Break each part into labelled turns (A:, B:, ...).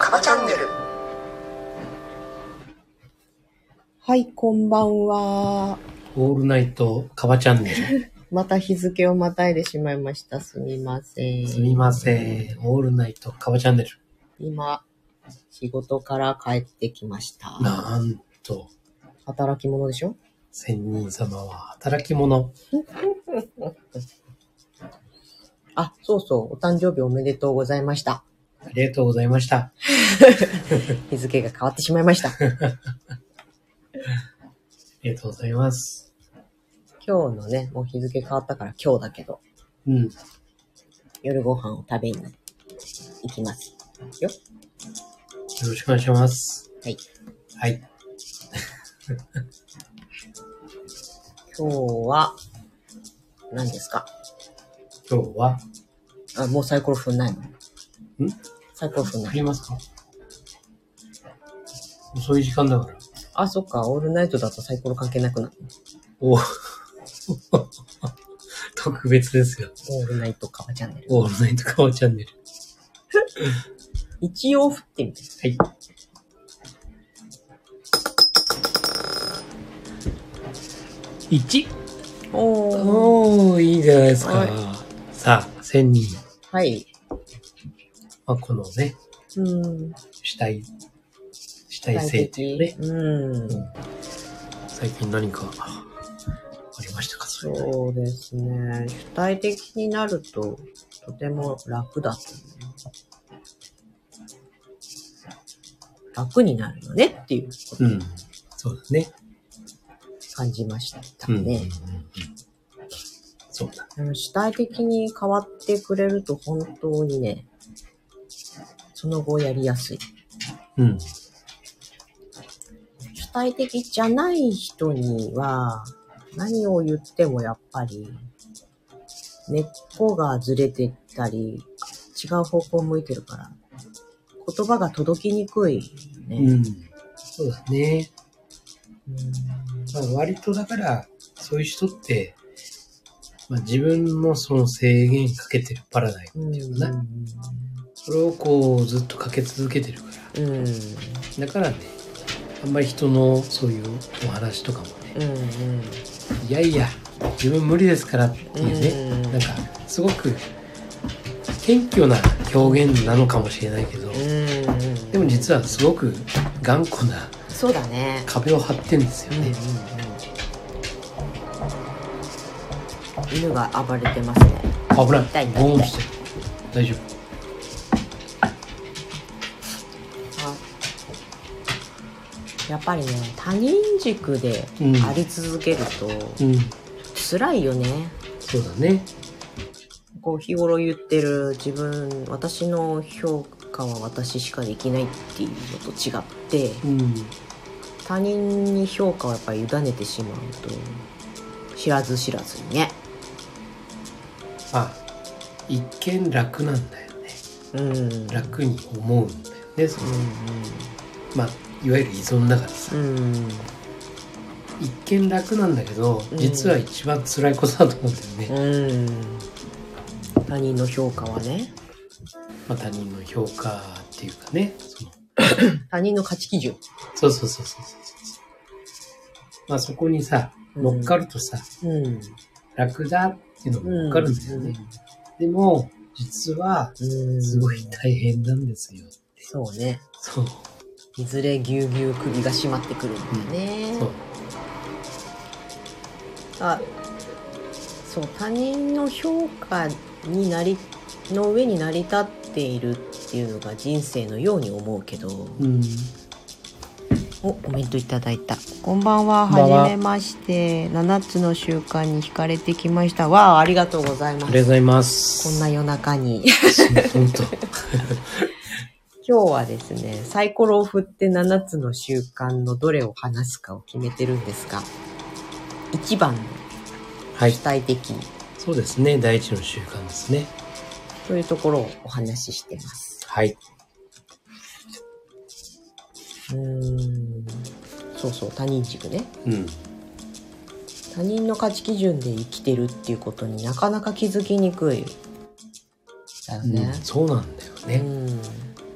A: カバチャンネル
B: はい、こんばんは。
C: オールナイトカバチャンネル。
B: また日付をまたいでしまいました。すみません。
C: すみません。オールナイトカバチャンネル。
B: 今、仕事から帰ってきました。
C: なんと、
B: 働き者でしょ
C: 仙人様は働き者。
B: あ、そうそう。お誕生日おめでとうございました。
C: ありがとうございました。
B: 日付が変わってしまいました。
C: ありがとうございます。
B: 今日のね、もう日付変わったから今日だけど、
C: うん。
B: 夜ご飯を食べに行きます。よ。
C: よろしくお願いします。
B: はい。
C: はい。
B: 今日は、何ですか
C: 今日は、
B: あ、もうサイコロ振んないのんサイコロ振ん
C: あ
B: ない。
C: りますか遅い時間だから。
B: あ、そっか。オールナイトだとサイコロ関係なくなる。
C: お 特別ですよ。
B: オールナイトカバチャンネル。
C: オールナイトカバチャンネル。
B: 一応振ってみて。
C: はい。1!
B: おー。
C: おー、いいじゃないですか。さあ、千人。
B: はい。
C: まあ、このね、
B: うん。
C: 主体、主体性っていうね。
B: うん。
C: 最近何かありましたかそれ。
B: そうですね。主体的になると、とても楽だと思う。楽になるよねっていうこと
C: う
B: を
C: ん。そうだね。
B: 感じました
C: うん。うんうんう
B: ね
C: ん、そうだ。
B: うん主体的に変わってくれると本当にね、その後やりやすい。
C: うん。
B: 主体的じゃない人には、何を言ってもやっぱり、根っこがずれてたり、違う方向向いてるから、言葉が届きにくいよ
C: う
B: ね。
C: ん。そうだね。
B: うん
C: まあ、割とだから、そういう人って、まあ、自分のその制限かけてるパラダイムっていうかな。それをこう、ずっとかけ続けてるから。
B: うん。うん。
C: だからね、あんまり人のそういうお話とかもね、
B: うん。
C: いやいや、自分無理ですからっていうね、
B: うん
C: なんか、すごく、謙虚な表現なのかもしれないけど、
B: うん。
C: でも実
B: は。
C: はすごく頑固な
B: そうだね。
C: 壁を張ってんですよ
B: うんうんう
C: ね
B: ん。犬が暴れてますね。
C: あ危ない
B: 痛い痛い
C: ゴーンしてる。大丈夫。
B: あやっぱりね他人軸で
C: うん
B: あり続けると
C: うん、
B: 辛いよね、
C: そうだね。
B: こう日頃言ってる自分私の評価は私しかできないっていうのと違って
C: うん、
B: 他人に評価をやっぱり委ねてしまうと知らず知らずにね
C: まあ、一見楽なんだよね。
B: うんうん
C: 楽に思うんだよね。その
B: う
C: まあ、いわゆる依存だからさ。
B: んうん
C: 一見楽なんだけど
B: うん
C: 実は一番辛いことだと思うんだよね、
B: うん他人の評価はね
C: まあ、他人の評価っていうかねその
B: 他人の価値基準
C: そうそうそうそうそうそうまあそこにさ乗っかるとさ、
B: うん
C: 楽だっていうのも乗っかるんだよね、
B: うん
C: でも実は
B: うん
C: すごい大変なんですよ
B: そうね。
C: そう
B: いずれぎゅうぎゅう首が締まってくるんだよね。
C: そう
B: あ、そう、他人の評価になり、の上に成り立っているっていうのが人生のように思うけど。
C: うん
B: お、コメントいただいた。こんばんは。
C: こんばんは
B: はじめまして。七つの習慣に惹かれてきました。わあ、ありがとうござい
C: ありが
B: ま
C: とう
B: す。
C: ございます
B: こんな夜中に。
C: 本当
B: 今日はですね、サイコロを振って7つの習慣のどれを話すかを決めてるんですが、1番の
C: はい
B: 主体的
C: そうですね第一の習慣ですね
B: というところをお話ししてます。
C: はいう
B: ーん。そうそう他人軸ね
C: うん。
B: 他人の価値基準で生きてるっていうことになかなか気づきにくいだよ
C: うん
B: ね。
C: そうなんだよ
B: う
C: ね。
B: ん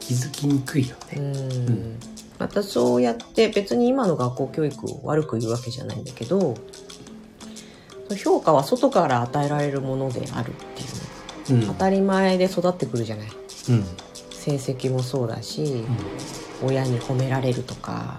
C: 気づきにくいよ
B: う
C: ね。
B: んまたそうやって別に今の学校教育を悪く言うわけじゃないんだけど評価は外から与えられるものであるっていう
C: うん。
B: 当たり前で育ってくるじゃない
C: うん。
B: 成績もそうだし
C: うん
B: 親に褒められるとか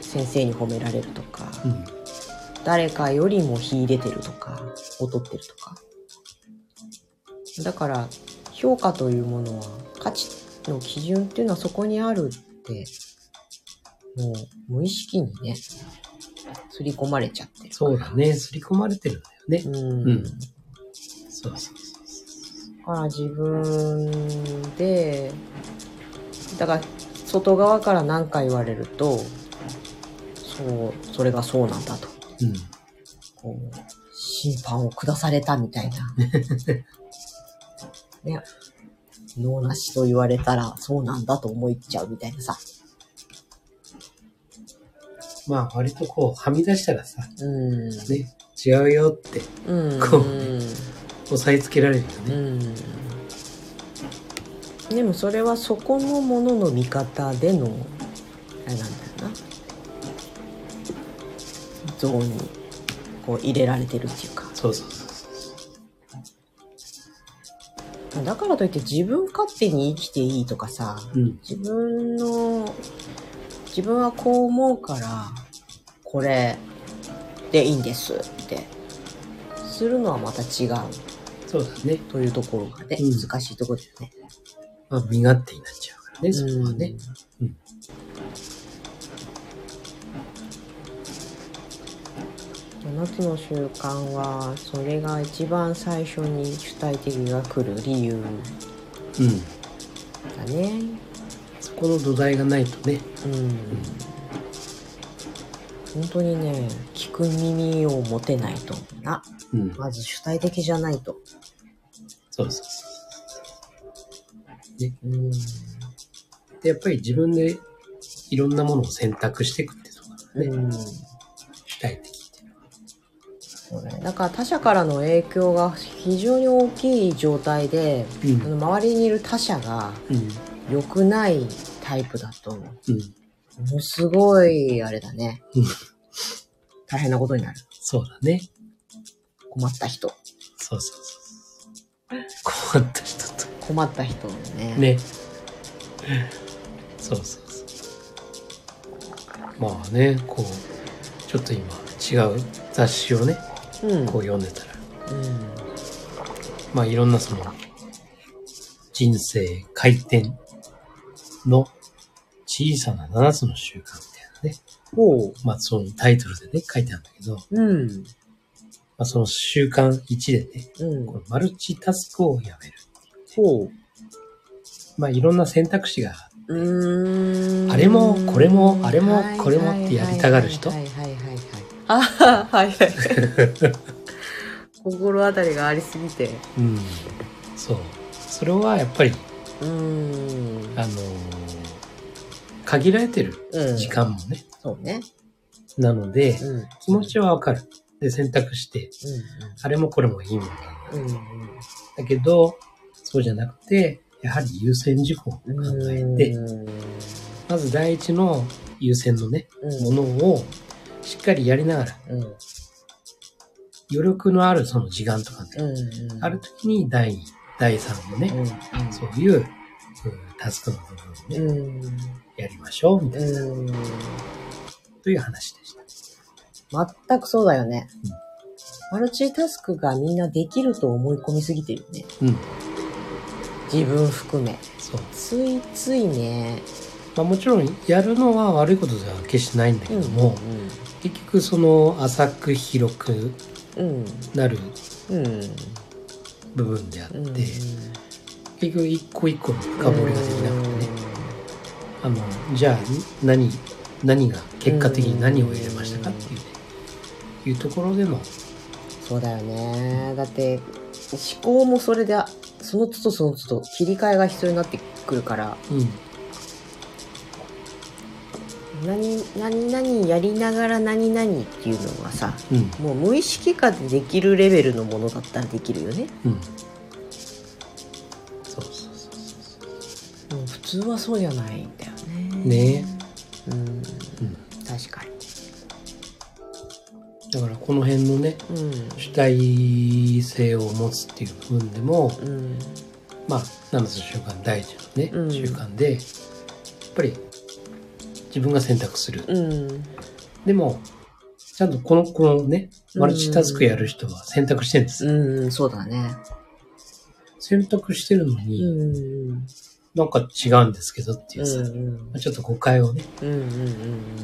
B: 先生に褒められるとか
C: うん。
B: 誰かよりも秀でてるとか劣ってるとかだから評価というものは価値の基準っていうのはそこにあるってもう無意識にね刷り込まれちゃってる
C: そうだね。刷り込まれてるんだよね。
B: うん、
C: うん
B: だ
C: そうそうそ
B: から自分でだから外側から何か言われるとそうそれがそうなんだと
C: う。うん。
B: こう、審判を下されたみた いな。ね。脳なしと言われたら、そうなんだと思いちゃうみたいなさ。
C: まあ、割とこう、はみ出したらさ、
B: うん。
C: ね、違うよって
B: うん。
C: こう押さえつけられるよ
B: う
C: ね。
B: ん。でもそれはそこのものの見方での、あれなんだよな。ゾーンに、こう入れられてるっていうか。
C: そうそうそうそう。
B: だからといって自分勝手に生きていいとかさ、
C: うん。
B: 自分の自分はこう思うからこれでいいんですってするのはまた違う
C: そうだね。
B: というところがね、
C: うん
B: 難しいところだよね。
C: まあ、身勝手になっちゃうからね、そこはね。
B: うん
C: うん
B: 7つの習慣はそれが一番最初に主体的が来る理由
C: うん。
B: だね。
C: そこの土台がないとね。
B: うん本当にね聞く耳を持てないと思うな
C: うん。
B: まず主体的じゃないと
C: そうそうそう。
B: うん
C: で、やっぱり自分でいろんなものを選択していくってところが
B: う
C: ね、
B: ん
C: 主体的っていうのは。
B: そうねだから他者からの影響が非常に大きい状態で、
C: うん
B: あの周りにいる他者が
C: うん。
B: 良くないタイプだとも
C: うん。
B: のすごいあれだね
C: うん
B: 大変なことになる
C: そうだね。
B: 困った人
C: そうそうそう。困った人と。
B: 困った人だね
C: ね。そうそうそう。まあね、こう、ちょっと今違う雑誌をね、
B: うん
C: こう読んでたら、
B: うん
C: まあいろんなその、人生回転の小さな7つの習慣みたいなね、
B: ほう
C: まあそのタイトルでね、書いてあるんだけど、ま
B: うん
C: あその習慣1でね、
B: うん
C: このマルチタスクをやめる。
B: ほう
C: まあいろんな選択肢が
B: うーん
C: あれもこれもあれも
B: はい
C: これもってやりたがる人
B: はいはいはいはいああ はいはい心当たりがありすぎて
C: うん、そうそれはやっぱり
B: うーん
C: あのー限られてる
B: うん
C: 時間もね、
B: そうね
C: なので
B: うん
C: 気持ちはわかるで選択してあれもこれもいいもんだ
B: うんうん
C: だけどそうじゃなくてやはり優先事項を考
B: うんうん
C: え
B: うん
C: てまず第一の優先のねものをしっかりやりながら
B: うん
C: 余力のあるその時間とかね、
B: うんうん
C: ある時に第二第3の
B: う
C: ね、
B: ん
C: そういう、うんタスクの部分をね、
B: うん
C: やりましょうみたいな、
B: うん
C: という話でした。
B: 全くそうだよね
C: う
B: マ
C: ん
B: ルチタスクがみんなできると思い込みすぎてるよね
C: うん、
B: 自分含め
C: そう。
B: ついついね
C: まあ、もちろんやるのは悪いことでは決してないんだけども、結局その浅く広く
B: うん
C: なる
B: うん
C: 部分であって、
B: うんうん
C: 結局一個一個の深掘りができなくてね、あのじゃあ何何が結果的に何を得れましたかっていうね、いうところでの
B: そうだよねだって思考もそれでその都度その都度切り替えが必要になってくるから
C: うん
B: 何何々やりながら何々っていうのはさ
C: うん
B: もう無意識化でできるレベルのものだったらできるよね、
C: うんそうそうそうそ
B: うん、普通はそうじゃないんだよ
C: う
B: ね
C: ね
B: うん
C: え、うん、
B: 確かに
C: だからこの辺のね
B: う
C: 主体性を持つっていう部分でも、
B: んうん
C: まあ7つの習慣第一のね、
B: うん
C: 習慣でやっぱり自分が選択する、
B: うん
C: でもちゃんとこのこのねマルチタスクやる人は選択してるんです、
B: うんそうだね
C: 選択してるの
B: う
C: に、
B: んうん
C: なんか違うんですけどっていう
B: う
C: さ、
B: ん
C: まあちょっと誤解をね
B: うんうん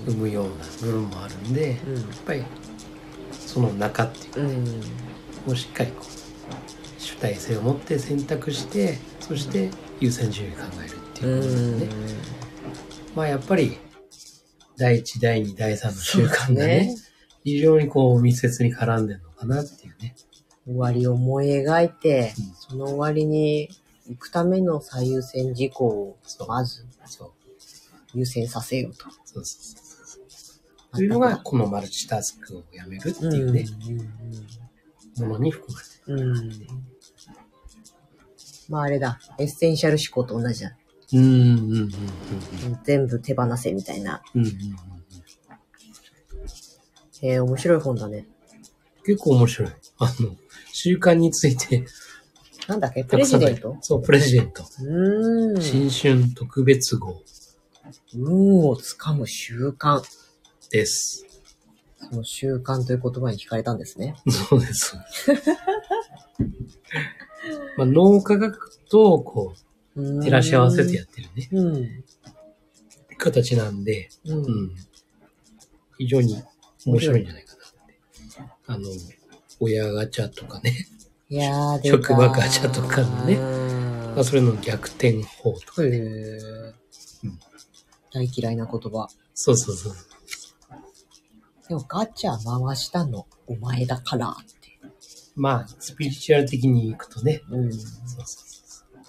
C: 生むような部分もあるんで、やっ
B: うん
C: ぱりその中ってい
B: う
C: う
B: んうん
C: もうしっかりこう主体性を持って選択してそして優先順位を考えるって
B: う
C: いうことです
B: ん
C: ね、まあやっぱり第一第二第三の習慣がね
B: ね
C: 非常にこう密接に絡んでるのかなっていうね
B: 終わりを思い描いて
C: うん
B: その終わりに行くための最優先事項を
C: そう
B: まず
C: そう
B: 優先させようと。
C: そうそうそうそうというのがこのマルチタスクをやめるって
B: うん
C: いうね、ものに含まれてる
B: うんうんまああれだ、エッセンシャル思考と同じだ。
C: うんうんうんうんうん
B: 全部手放せみたいな。
C: うんうんうん
B: へえ、面白い本だね。
C: 結構面白いあの習慣について
B: なんだっけプ
C: た
B: レ
C: くさ
B: ジデ
C: ん
B: ント
C: そうプレジデント
B: うーん。
C: 新春特別号
B: 運をつかむ習慣。
C: です
B: その習慣という言葉に惹かれたんですね。
C: そうです。 まあ、脳科学と、こう、照らし合わせてやってるね、
B: うん。
C: 形なんで、
B: うん。
C: う
B: うん。
C: ん。非常に面白いんじゃないかなって。あの、親ガチャとかね、
B: いやー、で
C: 職場ガチャとかのねまあ、それの逆転法とか
B: へ
C: ね。
B: ー
C: うん
B: 大嫌いな言葉。
C: そうそうそう。
B: でもガチャ回したのお前だからって。
C: まあ、スピリチュアル的にいくとね、
B: うん。
C: そうそうそうそう。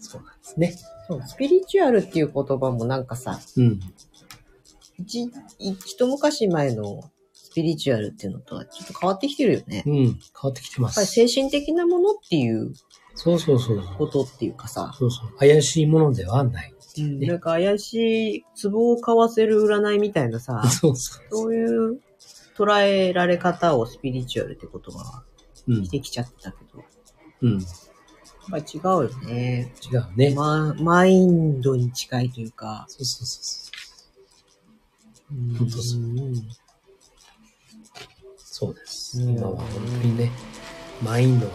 C: そうなんですね。
B: そう、スピリチュアルっていう言葉もなんかさ、
C: うん。
B: 一、一昔前のスピリチュアルっていうのとはちょっと変わってきてるよね。
C: うん。変わってきてま
B: やっぱり
C: す。
B: 精神的なものっていう
C: そうそうそう。
B: ことっていうかさ、
C: そうそう。怪しいものではない。、
B: うんなんか怪しい、壺を買わせる占いみたいなさ
C: そうそう。
B: そういう捉えられ方をスピリチュアルって言葉は
C: うん
B: し。てきちゃってたけど、や
C: うん。違
B: っぱり違うよね。
C: うね。
B: ま、マインドに近いというか、
C: そうそうそう
B: うん
C: 本当そうそう。そうです。今は本当にね、マインドが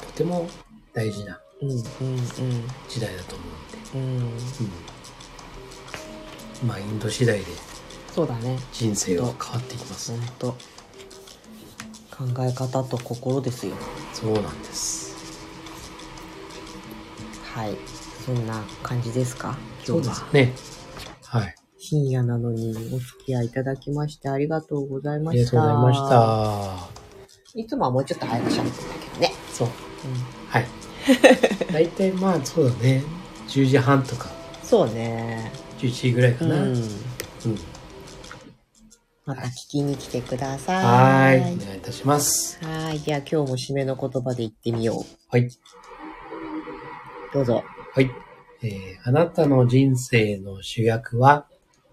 C: とても大事な
B: うんうん
C: 時代だと思うんで、
B: うんうん
C: うん。マインド次第で
B: そうだね
C: 人生は変わってきます
B: ほ。んと考え方と心ですよ
C: そうなんです。
B: はいそんな感じですか今日は
C: ね。はい。
B: 深夜なのにお付き合いいただきましてありがとうござい
C: あ
B: ました
C: りがとうございました。
B: いつもはもうちょっと早くしゃべってんだけどね、
C: そう。はい。 大体まあそうだね。10時半とか
B: そうね
C: 11時ぐらいか
B: う
C: な。うん。
B: んまた聞きに来てくださ
C: はー
B: い
C: い。お願いいたします。
B: はいじゃあ今日も締めの言葉で言ってみよう
C: はい。
B: どうぞ
C: はい。えーあなたの人生の主役は、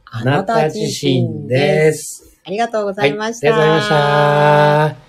C: あなた自身です。
B: ありがとうござ
C: はい
B: ました。
C: ありがとうございました。